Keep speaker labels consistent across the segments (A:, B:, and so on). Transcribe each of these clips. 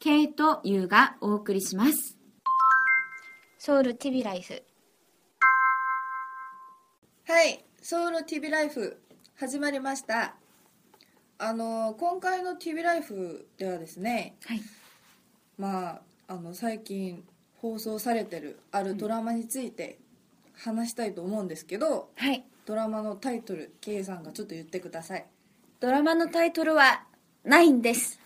A: K と U がお送りします
B: ソウル TV ライフ
C: はい、ソウル TV ライフ始まりました。あの今回の TV ライフではですね、
A: はい
C: まああの最近放送されてるあるドラマについて話したいと思うんですけど、
A: はい
C: ドラマのタイトル K さんがちょっと言ってください。
A: ドラマのタイトルはないんです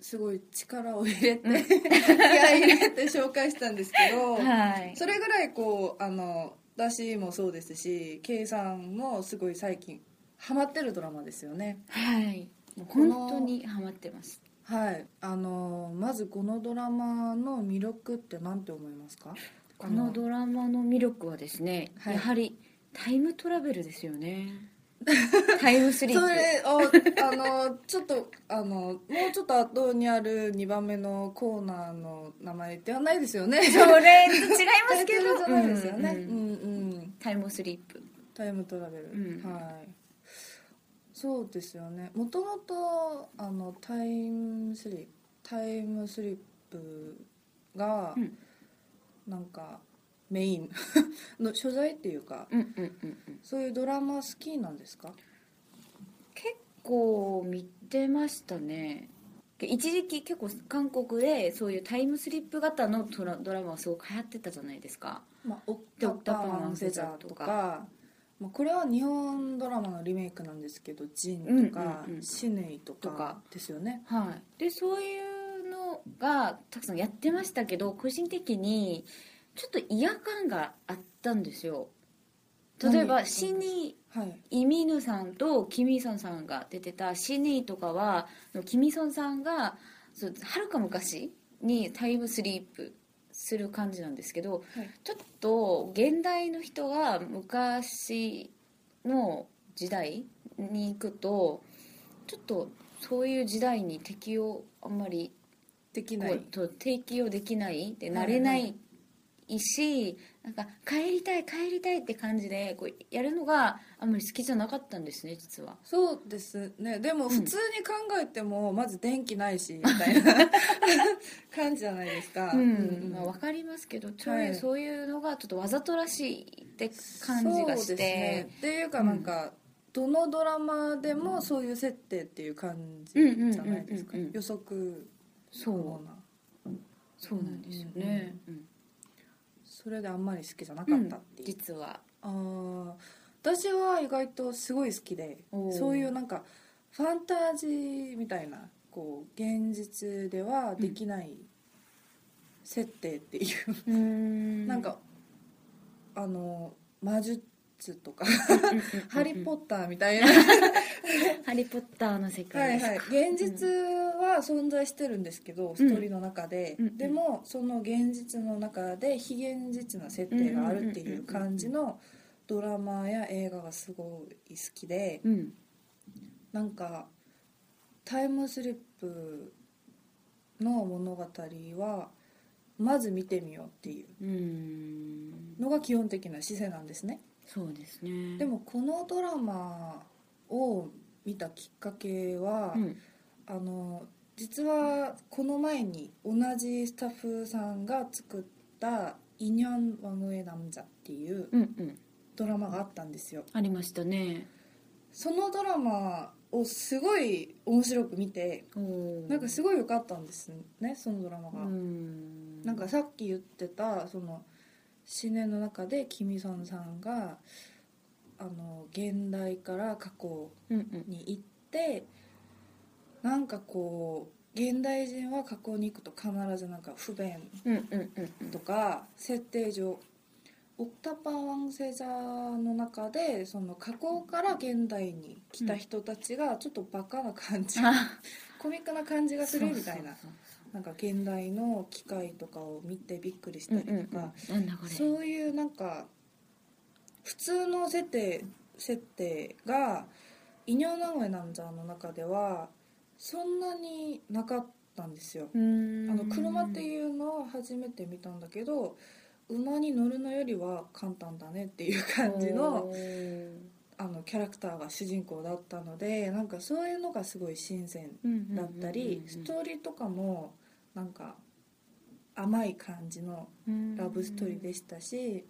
C: すごい力を入れて、 気合い入れて紹介したんですけど、
A: はい
C: それぐらいこうあの私もそうですし K さんもすごい最近ハマってるドラマですよね。
A: はい
C: この
A: 本当にハマってます
C: はい、あのまずこのドラマの魅力って何て思いますか
A: この
C: あ
A: ドラマの魅力はですね、
C: はい
A: やはりタイムトラベルですよね タイムスリー
C: そ
A: プ
C: れをあのちょっとあのもうちょっと後にある2番目のコーナーの名前ではないです よね
A: それと違いま
C: タ
A: す
C: イト
A: けど
C: ルじゃないですよね
A: うん
C: う
A: うん
C: んうん
A: タイムスリップ
C: タイムトラベル、
A: うん
C: はいそうですよねもともとあのタイムスリップタイムスリップが、
A: うん
C: なんかメインの所在っていうか
A: うんうんうんうん
C: そういうドラマ好きなんですか
A: 結構見てましたね一時期結構韓国でそういうタイムスリップ型のドラドラマがすごく流行ってたじゃないですか
C: まあ、オッ
A: で
C: タ
A: オッタ
C: パ
A: パン
C: ンフェザーとか、まあ、これは日本ドラマのリメイクなんですけど「ジン」とか
A: うんうんうん
C: シネイ」と
A: とか
C: かですよね
A: はいでそういうのがたくさんやってましたけど個人的にちょっと嫌感があったんですよ例えば
C: 何
A: シニ
C: はい
A: イミヌさんとキミソンさんが出てたシニーとかはキミソンさんがそうはるか昔にタイムスリープする感じなんですけど、
C: はい
A: ちょっと現代の人が昔の時代に行くとちょっとそういう時代に適応あんまり
C: できな
A: こう
C: い
A: と適応できないで
C: はい
A: 慣れないし、なんか帰りたい帰りたいって感じでこうやるのがあんまり好きじゃなかったんですね実は
C: そうですねでも普通に考えてもまず電気ないしみたいな感じじゃないですか、
A: うん、
C: うん
A: まあ、わかりますけどちょ
C: はいい
A: そういうのがちょっとわざとらしいって感じが
C: そ
A: して
C: うですねっていうかなんか、どのドラマでもそういう設定っていう感じじゃないですか
A: うんうんうんうん
C: 予測
A: そう
C: 可能な
A: そうなんですよね、うん
C: それであんまり好きじゃなかったっていう、
A: 実は
C: ああ私は意外とすごい好きで
A: おー
C: そういうなんかファンタジーみたいなこう現実ではできない設定っていう、
A: うん
C: なんかあの魔術とか「ハリー・ポ
A: ッ
C: ッター」みたいな
A: ハリーポッターの世
C: は
A: 界
C: い
A: ですか
C: はい現実は存在してるんですけど、ストーリーの中で、
A: うん
C: でもその現実の中で非現実な設定があるっていう感じのドラマや映画がすごい好きで
A: うん
C: なんかタイムスリップの物語はまず見てみようっていう
A: うん
C: のが基本的な姿勢なんですね
A: そうですね
C: でもこのドラマを見たきっかけは、
A: うん
C: あの実はこの前に同じスタッフさんが作った「イニョン・ワグエ・ナムザ」っていう
A: うんうん
C: ドラマがあったんですよ
A: ありましたね
C: そのドラマをすごい面白く見て
A: な
C: なんかすごい良かったんですねそのドラマが、
A: うん
C: なんかさっき言ってたその死ねの中でキミソンさんがあの現代から過去
A: うんうん
C: に行ってなんかこう現代人は過去に行くと必ずなんか不便
A: うんうんうんうん
C: とか設定上オクタパーワンセザーの中でその過去から現代に来た人たちがちょっとバカな感じ、
A: あ
C: コミックな感じがするみたいな
A: そう
C: なんか現代の機械とかを見てびっくりし
A: そう
C: た
A: そううんう
C: りと
A: ん
C: か、
A: うんなんだこれ
C: そういうなんか普通の設定設定が「異名名古屋なんじゃ」の中ではそんなになかったんですよ。
A: うーん
C: あの車っていうのを初めて見たんだけど馬に乗るのよりは簡単だねっていう感じの
A: おー
C: あのキャラクターが主人公だったのでなんかそういうのがすごい新鮮
A: うんうんうんうん
C: だったりストーリーとかもなんか甘い感じのラブストーリーでしたし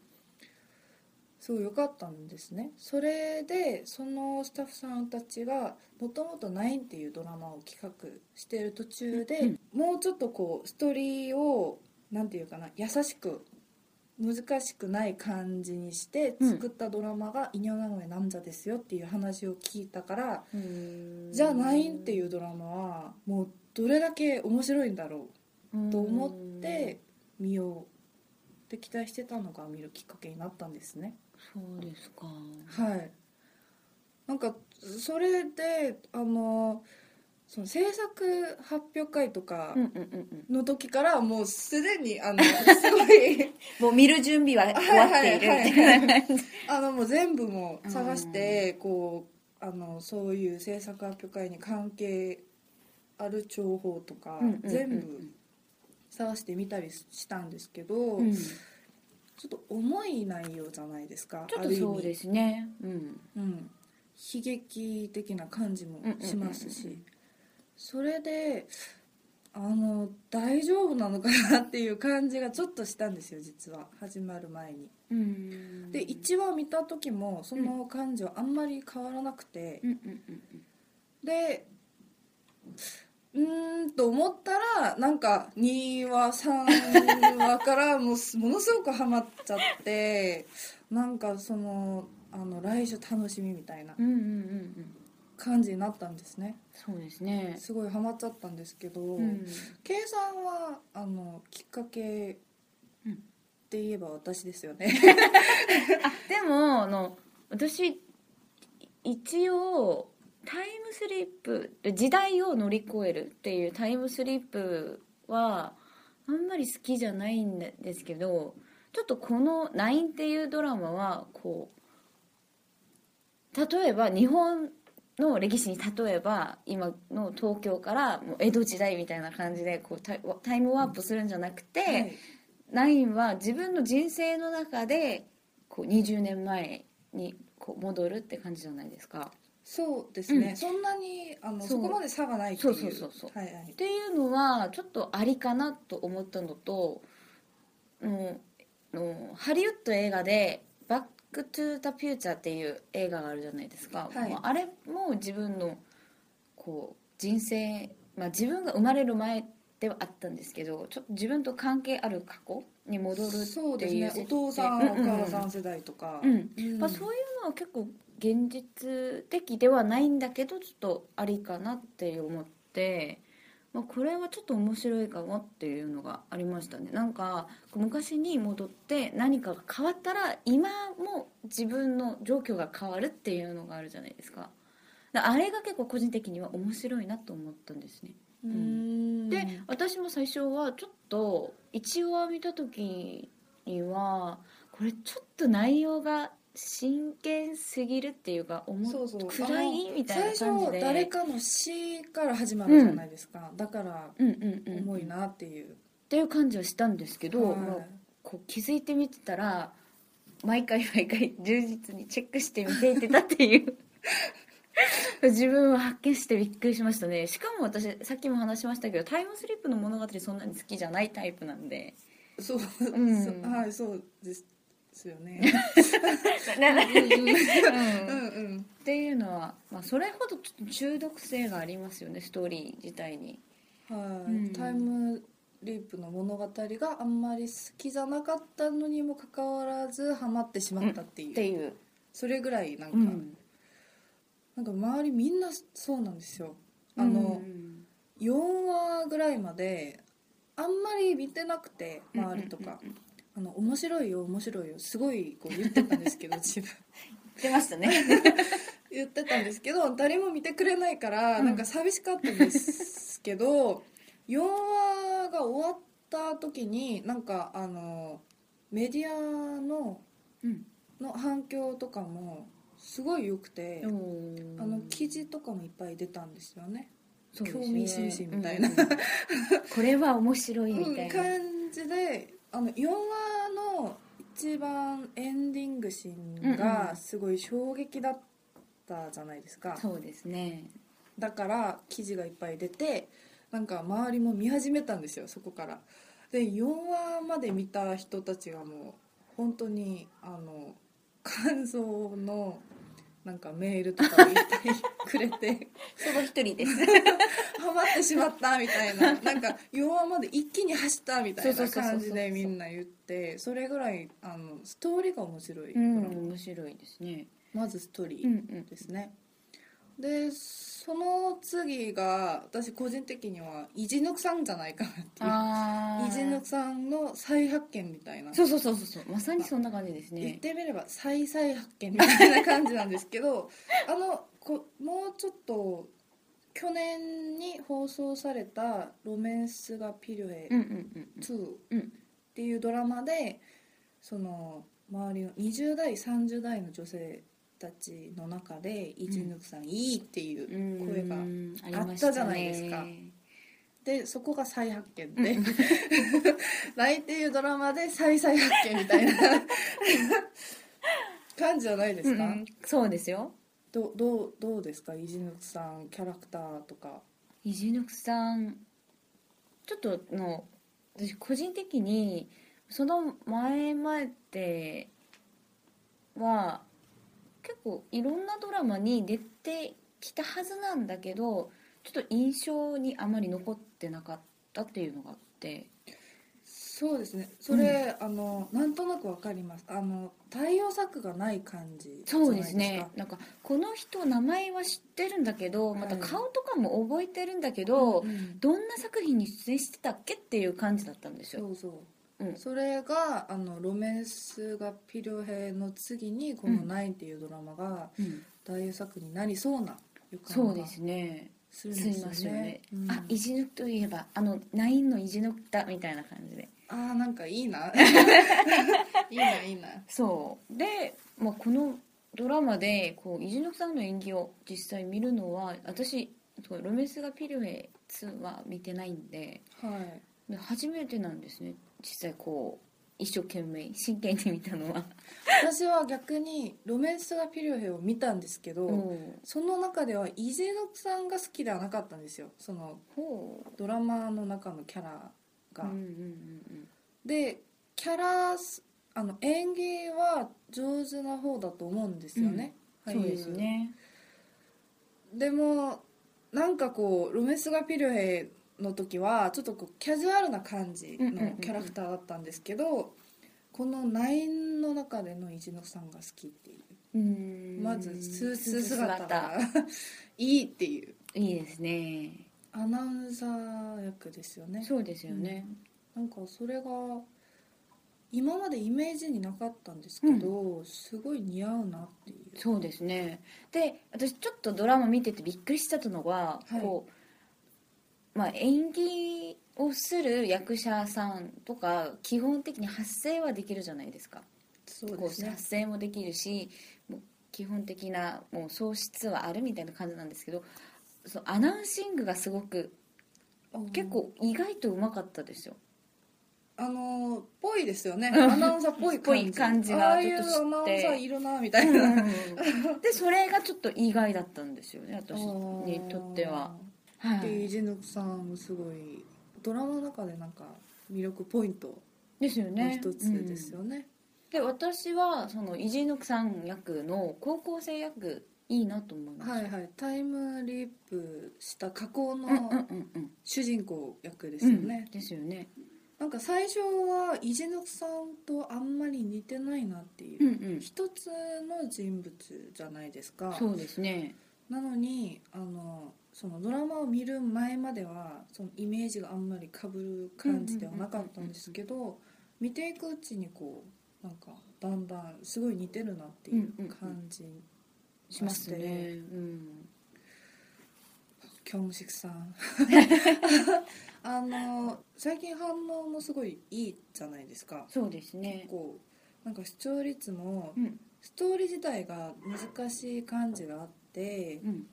C: すごい良かったんですねそれでそのスタッフさんたちがもともと「9」っていうドラマを企画してる途中で、もうちょっとこうストーリーをなんていうかな優しく難しくない感じにして
A: うん
C: 作ったドラマが「イニョナゴエナムザですよ」っていう話を聞いたから、
A: うーん
C: じゃあ「9」っていうドラマはもうどれだけ面白いんだろうと思って見ようって期待してたのが見るきっかけになったんですね
A: そうですか
C: はいなんかそれであのその制作発表会とか
A: うんうんうんうん
C: の時からもうすでに あのすごい
A: もう見る準備は終わっているみたいな感じ
C: あのもう全部もう探してこうあのそういう制作発表会に関係ある情報とか
A: うんうんうんうん
C: 全部探してみたりしたんですけど、
A: うん
C: ちょっと重い内容じゃないですか、
A: ちょっとそうですすねうん
C: ある意味うん、悲劇的な感じもします
A: うん
C: し、
A: うんうんうん
C: それであの大丈夫なのかなっていう感じがちょっとしたんですよ実は始まる前に
A: うん
C: で1話見た時もその感じはあんまり変わらなくて、
A: うんうんうん
C: でうーんと思ったらなんか2話3話からもうものすごくハマっちゃってなんかそのあの来週楽しみみたいな
A: うんうんうんうん
C: 感じになったんですね
A: そうですね
C: すごいハマっちゃったんですけど、
A: うん
C: 計算はあのきっかけ
A: うん
C: って言えば私ですよね
A: あでもあの私一応タイムスリップ時代を乗り越えるっていうタイムスリップはあんまり好きじゃないんですけどちょっとこの「LINE」っていうドラマはこう例えば日本の歴史に例えば今の東京からもう江戸時代みたいな感じでこうタイタイムワープするんじゃなく て、
C: はい
A: ナインは自分の人生の中でこう20年前にこう戻るって感じじゃないですか。
C: そうですね、
A: うん
C: そんなにあの
A: そ
C: そうこまで差がないっていう
A: そうそうそうそう
C: はいはい
A: っ、ていうのはちょっとありかなと思ったのとののハリウッド映画で「バック・トゥ・ザ・フューチャー」っていう映画があるじゃないですか、
C: はい
A: もうあれも自分のこう人生、まあ、自分が生まれる前ではあったんですけどちょっと自分と関係ある過去に戻るっていう
C: そうですねお
A: 設定
C: 父さん、
A: うんうんうん
C: お母さん世代とか、
A: うん
C: うん
A: まあ、そういうのは結構現実的ではないんだけどちょっとありかなって思って、まあ、これはちょっと面白いかもっていうのがありましたねなんか昔に戻って何かが変わったら今も自分の状況が変わるっていうのがあるじゃないですかだからあれが結構個人的には面白いなと思ったんですね
C: うーん
A: で私も最初はちょっと一話見た時にはこれちょっと内容が真剣すぎるっていうか思っ
C: そうそう
A: 暗いみたいな感じで
C: 最初誰かの死から始まるじゃないですか、だから
A: うんうんうん、
C: 重い
A: っ
C: なっていう、
A: ていう感じはしたんですけど、
C: はい
A: まあこう気づいてみてたら毎回毎回充実にチェックして見ていってたっていう 自分を発見してびっくりしましたねしかも私さっきも話しましたけどタイムスリップの物語そんなに好きじゃないタイプなんで
C: そう、
A: ん
C: そう はいそうですですよね
A: うん
C: うんうん
A: っていうのは、まあ、それほどちょっと中毒性がありますよねストーリー自体に
C: は
A: う
C: い、
A: ん
C: タイムリープの物語があんまり好きじゃなかったのにもかかわらずハマってしまったっていう、
A: っていう
C: それぐらいなんか、
A: うん
C: なんか周りみんなそうなんですよあ
A: う
C: の、
A: ん
C: 4話ぐらいまであんまり見てなくて周りとか、
A: うんうんうん
C: あの面白いよ面白いよすごいこう言ってたんで すけど自分
A: 出ましたね
C: 言ってたんですけど誰も見てくれないから、
A: うん
C: なんか寂しかったんですけど4話が終わった時になんかあのメディアの
A: うん
C: の反響とかもすごい良くて、あの記事とかもいっぱい出たんですよね、
A: そうですね
C: 興味津々みたいな
A: うんうんこれは面白いみたいな、
C: 感じであの4話の一番エンディングシーン
A: うんう
C: が
A: ん
C: すごい衝撃だったじゃないですか、
A: そうですね
C: だから記事がいっぱい出てなんか周りも見始めたんですよそこからで4話まで見た人たちがもう本当にあの感想のなんかメールとかをいっぱいくれて
A: その一人です
C: ハマってしまったみたいななんか4話まで一気に走ったみたい
A: そう
C: な
A: そうそうそうそう
C: 感じでみんな言ってそれぐらいあのストーリーが面白いか
A: う
C: ら、
A: ん面白いですね
C: まずストーリー、
A: うんうん
C: ですねでその次が私個人的にはイジヌクさんじゃないかなっ
A: あ
C: ていうイジ
A: ー
C: ヌクさんの再発見みたいな
A: そうそうそうそうそうまさにそんな感じです
C: 言っ
A: ね
C: てみれば再再発見みたいな感じなんです けどあのこもうちょっと去年に放送された「ロメンス・がピルエ
A: うんうんうん
C: 2」
A: うん
C: っていうドラマでその周りの20代30代の女性たちの中でイジヌクさんいいっていう
A: うん
C: 声が
A: うんあり
C: あ
A: ま
C: っ
A: した
C: た
A: じ
C: じ
A: ゃ
C: ゃ
A: な
C: ないい
A: で
C: ですす
A: か
C: かでそこが再発見で「 来」っていうドラマで再再発見みたいな 感じじゃないですか、
A: そうですよ
C: どどうどうですかイジヌクさんキャラクターとか
A: 伊集院さんちょっとの私個人的にその前までは結構いろんなドラマに出てきたはずなんだけどちょっと印象にあまり残ってなかったっていうのがあって
C: そうですねそれ、あのなんとなくわかりますあの対応策がない感じじゃ
A: そう
C: ない
A: で
C: です
A: す
C: か
A: ねなんかこの人名前は知ってるんだけどまた
C: はい
A: 顔とかも覚えてるんだけど、
C: うん
A: どんな作品に出演してたっけっていう感じだったんですよ
C: そうそう
A: うん
C: それがあのロメンスがピルヘの次にこ
A: う
C: の
A: ん
C: 「ナイン」っていうドラマが
A: うん
C: 大作になりそうな予
A: そう
C: 感
A: で
C: が
A: すね
C: するん
A: す
C: で
A: いますせ
C: よ
A: んね
C: ね。、うん
A: あいじぬくといえばあのナインのいじぬくだみたいな感じで
C: あーなんかいい ないいないいな
A: そうで、まあ、このドラマでこういじぬくさんの演技を実際見るのは私そうロメスがピルエ2は見てないんで
C: はい
A: で初めてなんですね実際こう一生懸命真剣に見たのは
C: 私は逆にロメンスがピルヘを見たんですけど、
A: うん
C: その中ではイジェドクさんが好きではなかったんですよその
A: ほう
C: ドラマの中のキャラが、
A: うんうんうん
C: でキャラすあの演技は上手な方だと思うんですよね、
A: うん
C: 俳優
A: そうですね
C: でもなんかこうロメスがピルヘの時はちょっとこうキャジュアルな感じ
A: うんうんうんう
C: の
A: ん
C: キャラクターだったんですけど、このナインの中でのイジノさんが好きっていう
A: うん
C: まずスーツ姿が いいっていう
A: いいですね
C: アナウンサー役ですよね
A: そうですよね、
C: なんかそれが今までイメージになかったんですけど、すごい似合うなっていう
A: そうですねで私ちょっとドラマ見ててびっくりしたのは、
C: はい
A: こう、まあ、演技をする役者さんとか基本的に発声はできるじゃないですか
C: そ
A: こう発声もできるしもう基本的なもう喪失はあるみたいな感じなんですけどそうアナウンシングがすごく結構意外とうまかったですよ
C: あのーぽいですよねアナウンサーっぽい感
A: ぽ
C: じ
A: い感じが
C: ああい
A: ちょ
C: う
A: っとして
C: アナウンサーいるなみたい な、
A: でそれがちょっと意外だったんですよね私にとっては。は
C: あーで
A: い
C: イジヌクさんもすごいドラマの中でなんか魅力ポイント
A: ですよ
C: の
A: ね。
C: 一つですよね
A: で私はそのイジノクさん役の高校生役いいなと思います、
C: はいはいタイムリープした加工
A: うんうん
C: の
A: うんうん
C: 主人公役ですよね、
A: ですよね
C: なんか最初はイジノクさんとあんまり似てないなっていうう、
A: んうん
C: 一つの人物じゃないですか
A: そうですね
C: なのにあのそのドラマを見る前まではそのイメージがあんまりかぶる感じではなかったんですけど見ていくうちにこうなんかだんだんすごい似てるなっていう感じ、
A: しますね
C: まして
A: うん
C: 京ムシクさ んあの最近反応もすごいいいじゃないですか
A: そうですね
C: 結構なんか視聴率も
A: うん
C: ストーリー自体が難しい感じがあって
A: うん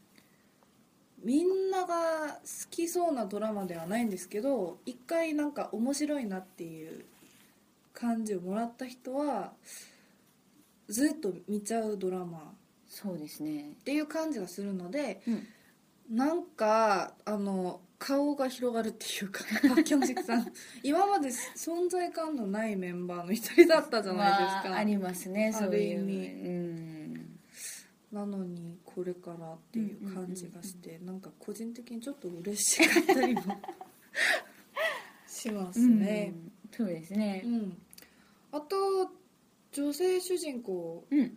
C: みんなが好きそうなドラマではないんですけど一回なんか面白いなっていう感じをもらった人はずっと見ちゃうドラマ
A: そうですね
C: っていう感じがするので、
A: うん
C: なんかあの顔が広がるっていう かパッキョンジクさん今まで存在感のないメンバーの一人だったじゃないですか、
A: まあ、ありますねそうい
C: ある意味
A: ううん
C: なのにこれからっていう感じがして、なんか個人的にちょっと嬉しかったりもしますね、
A: うん、そうです
C: う
A: ね
C: んあと女性主人公
A: うん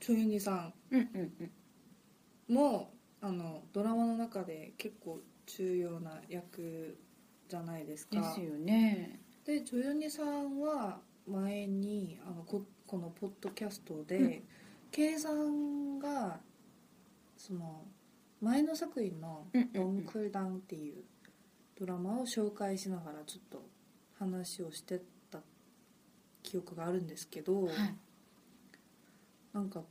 C: チョユニさん
A: うんうんうん
C: もあのドラマの中で結構重要な役じゃないですか
A: ですよね
C: でジョヨニさんは前にあのここのポッドキャストで、
A: うん
C: 計算がその前の作品の
A: うん
C: 「
A: う
C: ロン
A: ん
C: クルダウン」っていうドラマを紹介しながらちょっと話をしてた記憶があるんですけど、
A: うんはい
C: なんか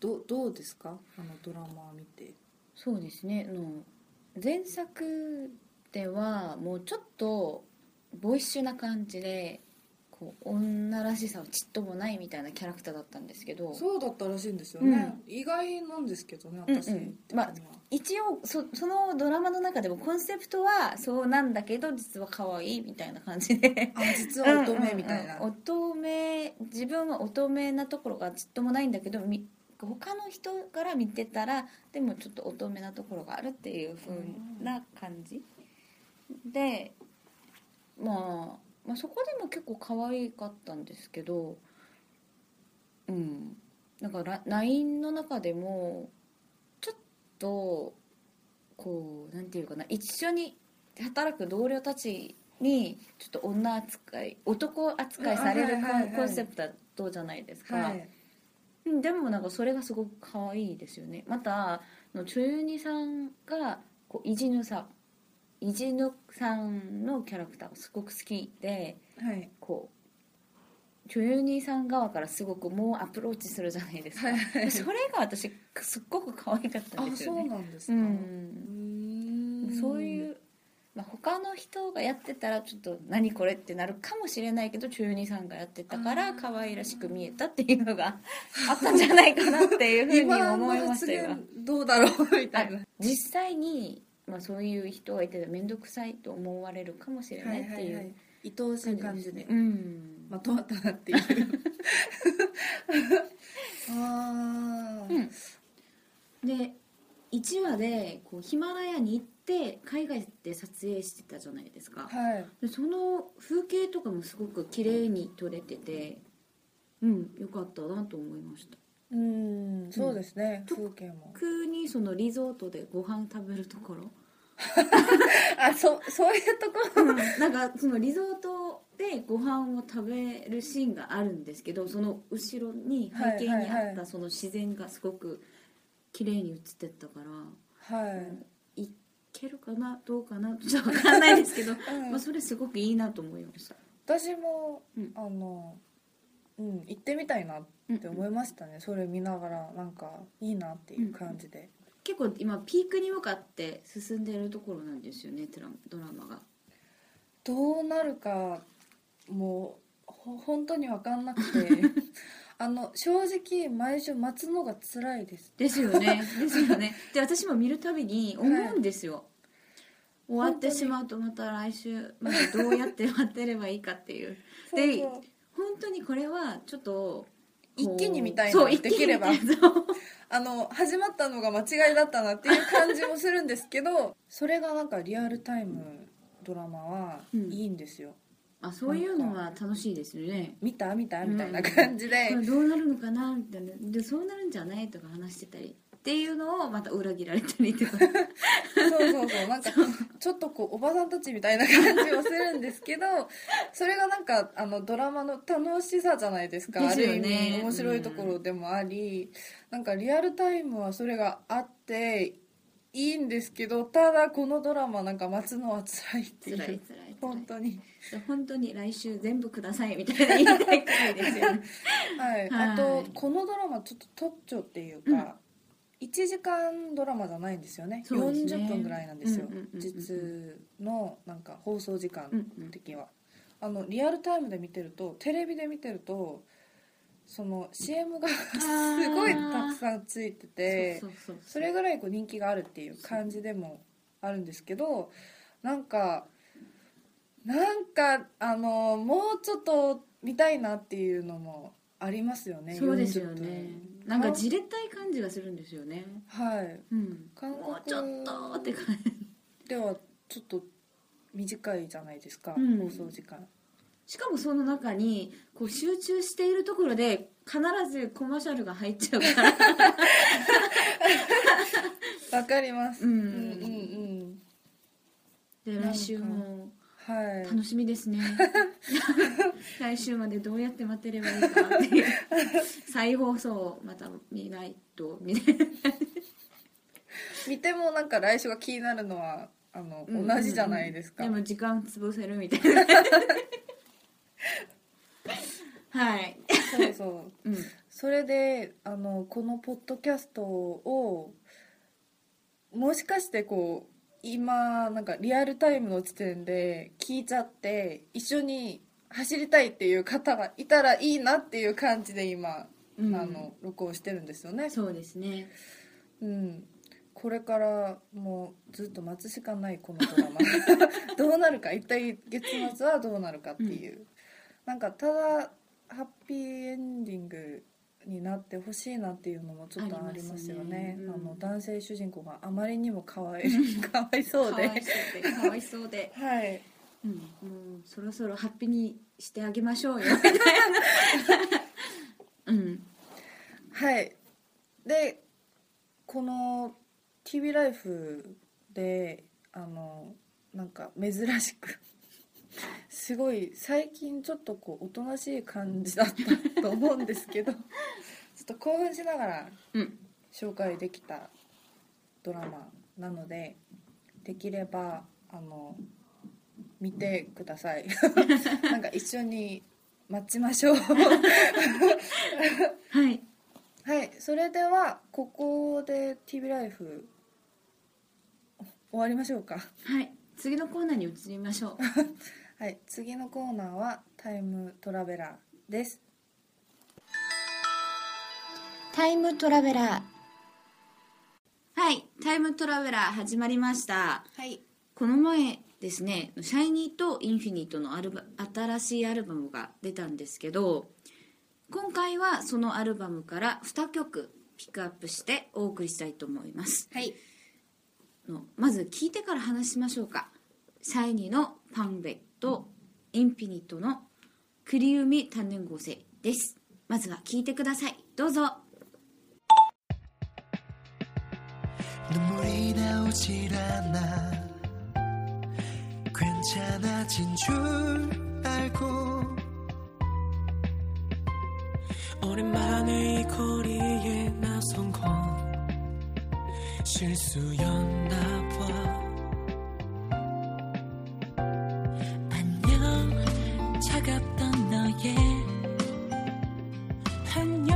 C: どどうですかあのドラマを見て。
A: そうですねあの前作ではもうちょっとボーイッシュな感じでこう女らしさはちっともないみたいなキャラクターだったんですけど
C: そうだったらしいんですよね、意外なんですけどね私
A: うんうんまあ
C: 的には
A: 一応そそのドラマの中でもコンセプトはそうなんだけど実は可愛いみたいな感じで
C: あ実は乙女みたいな、
A: うんうんうん乙女自分は乙女なところがちっともないんだけどみ他の人から見てたらでもちょっと乙女なところがあるっていう風な感じで、まあ、まあそこでも結構可愛かったんですけどうんなんかラ LINE の中でもちょっとこうなんていうかな一緒に働く同僚たちにちょっと女扱い男扱いされる
C: あ
A: コ
C: はいはい
A: ン
C: はい
A: コンセプトだとじゃないですか、
C: はい、
A: うんでもなんかそれがすごく可愛いですよねまたあのチョユニさんがこうイジヌさんイジヌさんのキャラクターがすごく好きで
C: はい、
A: こうチョユニさん側からすごくもうアプローチするじゃないですか、それが私すっごく可愛かったん
C: あ
A: ですよ
C: そう
A: ね
C: なんです
A: う
C: か、
A: ん
C: ーん
A: そういう、まあ、他の人がやってたらちょっと何これってなるかもしれないけど中二さんがやってたか
C: あ
A: ら
C: ー
A: 可愛らしく見えたっていうのがあったんじゃないかなっていうふうに
C: 今の
A: 思いまし
C: 発
A: た よ
C: 言どうだろうみたいな、
A: 実際に、まあ、そういう人がいて面倒くさいと思われるかもしれないっていう
C: い愛おしい感じで、
A: うん、
C: まとまったなっていうあー、
A: うんで1話でこうヒマラヤに行って海外で撮影してたじゃないですか、
C: はい
A: でその風景とかもすごく綺麗に撮れててうん良かったなと思いました
C: うんそうですね、
A: うん
C: 風景も
A: 特にそのリゾートでご飯食べるところ
C: あそそういうとこ
A: うん なんかそのリゾートでご飯を食べるシーンがあるんですけどその後ろに背景に
C: はい
A: あ
C: は
A: っ
C: いは
A: たその自然がすごく綺麗に映ってったから、
C: はい、
A: いけるかなどうかなちょっと分かんないですけど、
C: うん
A: まあ、それすごくいいなと思いました
C: 私も、
A: うん
C: あのうん行ってみたいなって思いましたね、それ見ながらなんかいいなっていう感じで、
A: 結構今ピークに向かって進んでるところなんですよねテラドラマが
C: どうなるかもうほ本当に分かんなくて あの正直毎週待つのが辛いです
A: ですよね ですよねで私も見るたびに思うんですよ、終わって
C: 本当に
A: しまうとまた来週までどうやって待ってればいいかっていうで
C: そうそう
A: 本当にこれはちょっと
C: 一気に見たいな
A: そう一気
C: でき
A: に
C: れ
A: 見
C: ば
A: たい そう
C: あの始まったのが間違いだったなっていう感じもするんですけどそれがなんかリアルタイムドラマは
A: うん
C: いいんですよ、
A: あそういうのは楽しいですよね
C: 見た見たみたいな感じで、
A: これどうなるのかなみたいなでそうなるんじゃないとか話してたりっていうのをまた裏切られたりとか
C: そうそうそうなんかちょっとこうおばさんたちみたいな感じをするんですけど それがなんかあのドラマの楽しさじゃないですか
A: ですよね
C: ある意味面白いところでもあり、なんかリアルタイムはそれがあっていいんですけどただこのドラマなんか待つのは辛いってい
A: 辛
C: う
A: い辛い辛
C: 本当に、
A: い本当に来週全部くださいみたいな言いたいくらいですよね
C: はい、
A: はい
C: あとこのドラマちょっと特徴っていうか、1時間ドラマじゃないんですよね
A: そうですね
C: 40分ぐらいなんですよ、
A: うんうんうんうん
C: 実のなんか放送時間
A: うんうん
C: 的は、あのリアルタイムで見てるとテレビで見てるとその CM がすごいたくさんついてて
A: そうそうそう
C: それぐらいこう人気があるっていう感じでもあるんですけどなんかなんかあのもうちょっと見たいなっていうのもありますよね
A: そうですよ
C: 40
A: ね
C: 分
A: なんかじれったい感じがするんですよね
C: はい
A: うん
C: 韓国
A: もうちょっとって感じ
C: ではちょっと短いじゃないですか、
A: うん
C: 放送時間
A: しかもその中にこう集中しているところで必ずコマーシャルが入っちゃうから
C: わかります、
A: うん
C: うんうんうん
A: で
C: なんか
A: 来週も
C: はい
A: 楽しみです ね来週までどうやって待ってればいいかっていう再放送をまた見ないと見れない
C: 見てもなんか来週が気になるのはあの、同じじゃないですか、
A: でも時間潰せるみたいなはい、
C: そうそう
A: うん、
C: それであのこのポッドキャストをもしかしてこう今なんかリアルタイムの地点で聞いちゃって一緒に走りたいっていう方がいたらいいなっていう感じで今、
A: うん
C: あの録音してるんですよね
A: そうですね
C: うん、これからもうずっと待つしかないこのドラマ どうなるか一体月末はどうなるかっていう、なんかただハッピーエンディングになってほしいなっていうのもちょっとありますよね
A: ありますね
C: あ
A: うん
C: の男性主人公があまりにもかわい かわいそうで
A: かわいそうでかわいそうで、
C: はい
A: うん、もうそろそろハッピーにしてあげまし ょうようん
C: はいでこの TV ライフであのなんか珍しく すごい最近ちょっとこうおとなしい感じだったと思うんですけ どちょっと興奮しながら
A: うん
C: 紹介できたドラマなのでできればあの見てください なんか一緒に待ちましょう
A: はい
C: はい、それではここで TV ライフ終わりましょうか。
A: はい次のコーナーに移りましょう
C: はい、次のコーナーはタイムトラベラーです。
B: タイムトラベラー
A: はい、タイムトラベラー始まりました。
C: はい、
A: この前ですね、シャイニーとインフィニットのアルバ新しいアルバムが出たんですけど、今回はそのアルバムから2曲ピックアップしてお送りしたいと思います。
C: はい、
A: のまず聞いてから話しましょうか。シャイニーのパンベとインフィニットのクリウミ単年合成です。まずは聞いてください。どうぞ。
D: 눈물이 나오질 않아 괜찮아진 줄 알고 오랜만에 이 거리에 나선 건 실수였나 봐 안녕 차갑던 너의 안녕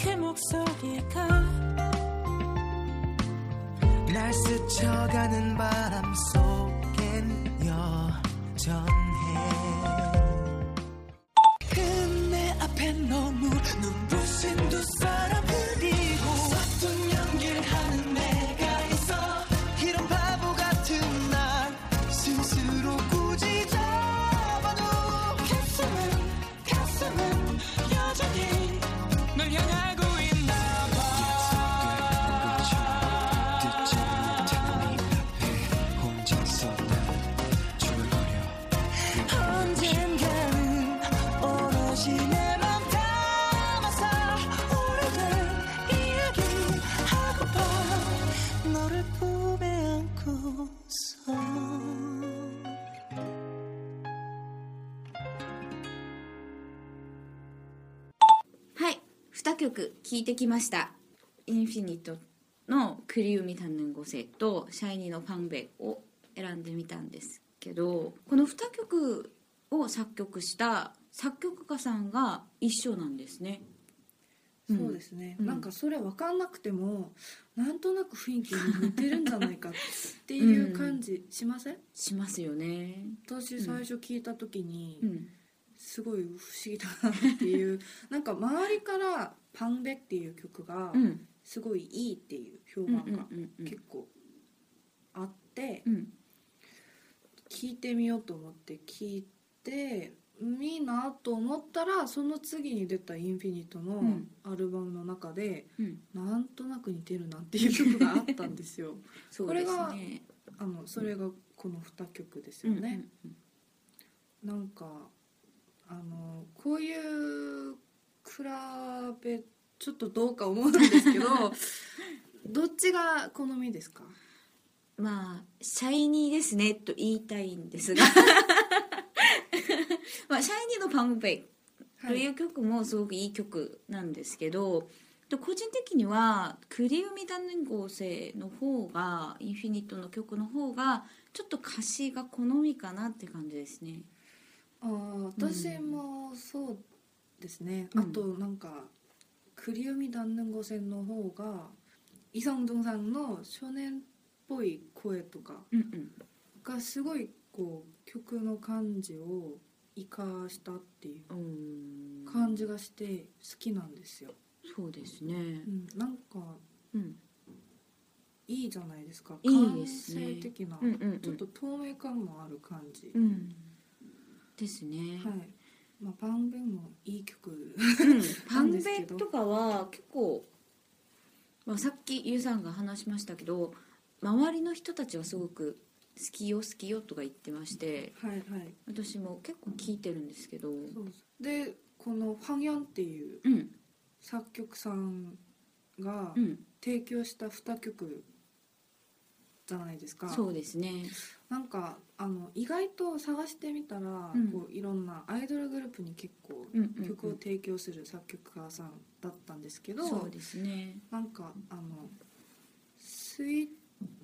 D: 그 목소리가 날 스쳐가는 바람 속엔 여전해 끝내 앞에 너무 눈부신 두 사람 그리고 서툰 연기를 하는 내가 있어 이런 바보 같은 날 스스로 굳이 잡아도 가슴은 가슴은 여전히 널 향하고 있나 봐 듣지 못하니 혼자서 난 죽을거려 싶어서
A: 「はい2曲聴いてきました」「インフィニット」の「クリウミタンネンゴセ」と「シャイニーのファンベ」を選んでみたんですけどこの2曲を作曲した作曲家さんが一緒なんですね。うん
C: そうですね、
A: うん
C: なんかそれ分かんなくてもなんとなく雰囲気に似てるんじゃないかっていう感じしません、
A: しますよね。
C: 私最初聞いた時に
A: うん、
C: すごい不思議だなっていう なんか周りから「パンベ」っていう曲が
A: うん、
C: すごいいいっていう評
A: うん、うん、
C: 判が
A: うん、
C: 結構あって
A: うん、
C: 聞いてみようと思って聞いてうんいいなと思ったらその次に出た「インフィニット」の
A: うん
C: アルバムの中で
A: うん、
C: なんとなく似てるなっていう曲があったんですよ
A: そう
C: これ
A: です
C: が
A: ね。
C: あのそれがこの2曲です
A: う
C: よ
A: ん、
C: ね、なんかあのこういう比べちょっとどうか思うんですけどどっちが好みですか
A: うんまあ「シャイニーですね」と言いたいんですがまあシャイニーの「パンペイ」という曲もすごくいい曲なんですけど、で個人的には「クリウミダン合成」の方が「インフィニット」の曲の方がちょっと歌詞が好みかなって感じですね。
C: あー私もそうですね、
A: うん
C: あとなんか「クリウミダンヌンゴセン」の方がイ・ソンドゥンさんの少年っぽい声とか
A: うんうん
C: がすごいこう曲の感じを生かしたっていう
A: うーん
C: 感じがして好きなんですよ、
A: そうですね
C: う。ん、なんか
A: うん、
C: いいじゃないですか
A: いいですね
C: 感性的な、
A: うんうんうん
C: ちょっと透明感もある感じ、
A: うん、ですね。
C: はいまあ「バンベン」もいい曲
A: うんパ
C: なん
A: ン
C: で
A: ベ
C: すけど
A: とかは結構、まあ、さっきゆうさんが話しましたけど周りの人たちはすごく好きよ好きよとか言ってまして
C: はいはい
A: 私も結構聞いてるんですけどう
C: そうそうでこのファンヤンっていうん作曲さんが
A: うん
C: 提供した2曲じゃないですか、
A: そうですね
C: なんかあの意外と探してみたら、
A: うん
C: こういろんなアイドルグループに結構
A: うんうんうん
C: 曲を提供する作曲家さんだったんですけど、
A: そうですね
C: なんかあのスイー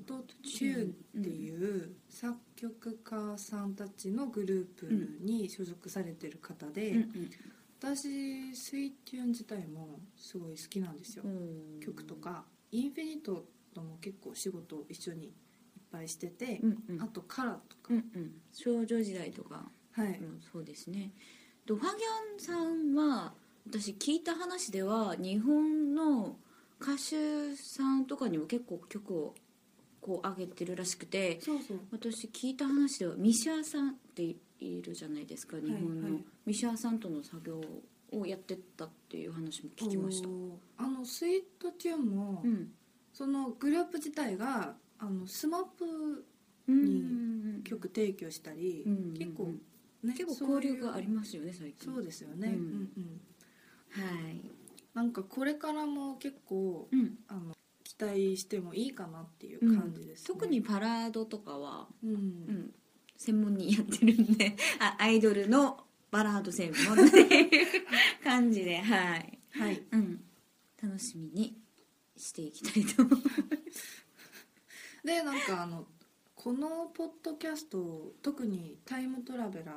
C: トチューンっていう作曲家さんたちのグループに所属されてる方で、
A: うんうん
C: 私スイーチューン自体もすごい好きなんですよ、
A: うん
C: 曲とかインフィニットとも結構仕事を一緒にいっぱいしてて
A: う、んうん
C: あとカラーとか、
A: うんうん少女時代とか
C: はい、
A: うんそうですねとファギャンさんは私聞いた話では日本の歌手さんとかにも結構曲をこう上げてるらしくて
C: そうそう
A: 私聞いた話ではミシャーさんっているじゃないですか日本の、
C: はいはい
A: ミシャーさんとの作業をやってったっていう話も聞きました
C: おーあのスイートチューンも、
A: うん
C: そのグループ自体があのスマップ
A: うん
C: 曲提供したり、
A: うん
C: 結構
A: う
C: ね
A: ん結構交流がありますよね最近
C: そういうそうですよね、
A: うん
C: うんうん
A: はい
C: なんかこれからも結構
A: うん
C: あの期待してもいいかなっていう感じです、ね
A: 特にパラードとかは
C: うん、
A: うん、専門にやってるんで あアイドルのバラード専門って いう感じではい、
C: はい
A: うん、楽しみにしていきたいと思います
C: でなんかあのこのポッドキャスト特に「タイムトラベラー」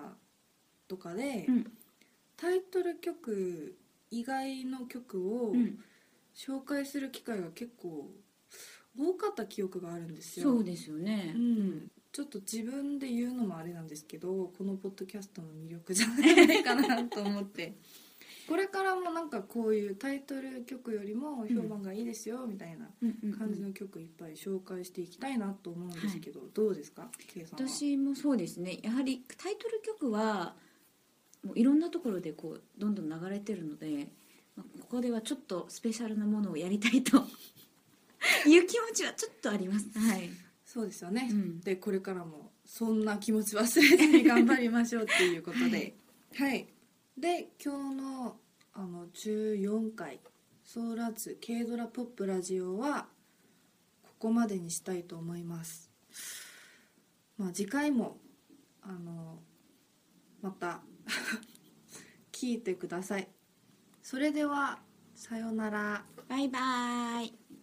C: とかで、
A: うん
C: タイトル曲以外の曲を
A: うん
C: 紹介する機会が結構多かった記憶があるんですよ。
A: そうですよね
C: う、ん、ちょっと自分で言うのもあれなんですけどこのポッドキャストの魅力じゃ ないかなと思ってこれからもなんかこういうタイトル曲よりも評判がいいですよみたいな
A: うんうんうん
C: 感じの曲いっぱい紹介していきたいなと思うんですけど、どうですか K さんは
A: 私もそうですねやはりタイトル曲はもういろんなところでこうどんどん流れてるので、まあ、ここではちょっとスペシャルなものをやりたいという気持ちはちょっとありますはい、
C: そうですよね、
A: うん
C: でこれからもそんな気持ち忘れずに頑張りましょうっていうことではい、で今日のあの14回「ソーラーズ K ドラポップラジオ」はここまでにしたいと思いますまあ、次回もあのまた 聞いてくださいそれではさようなら
A: バイバイ。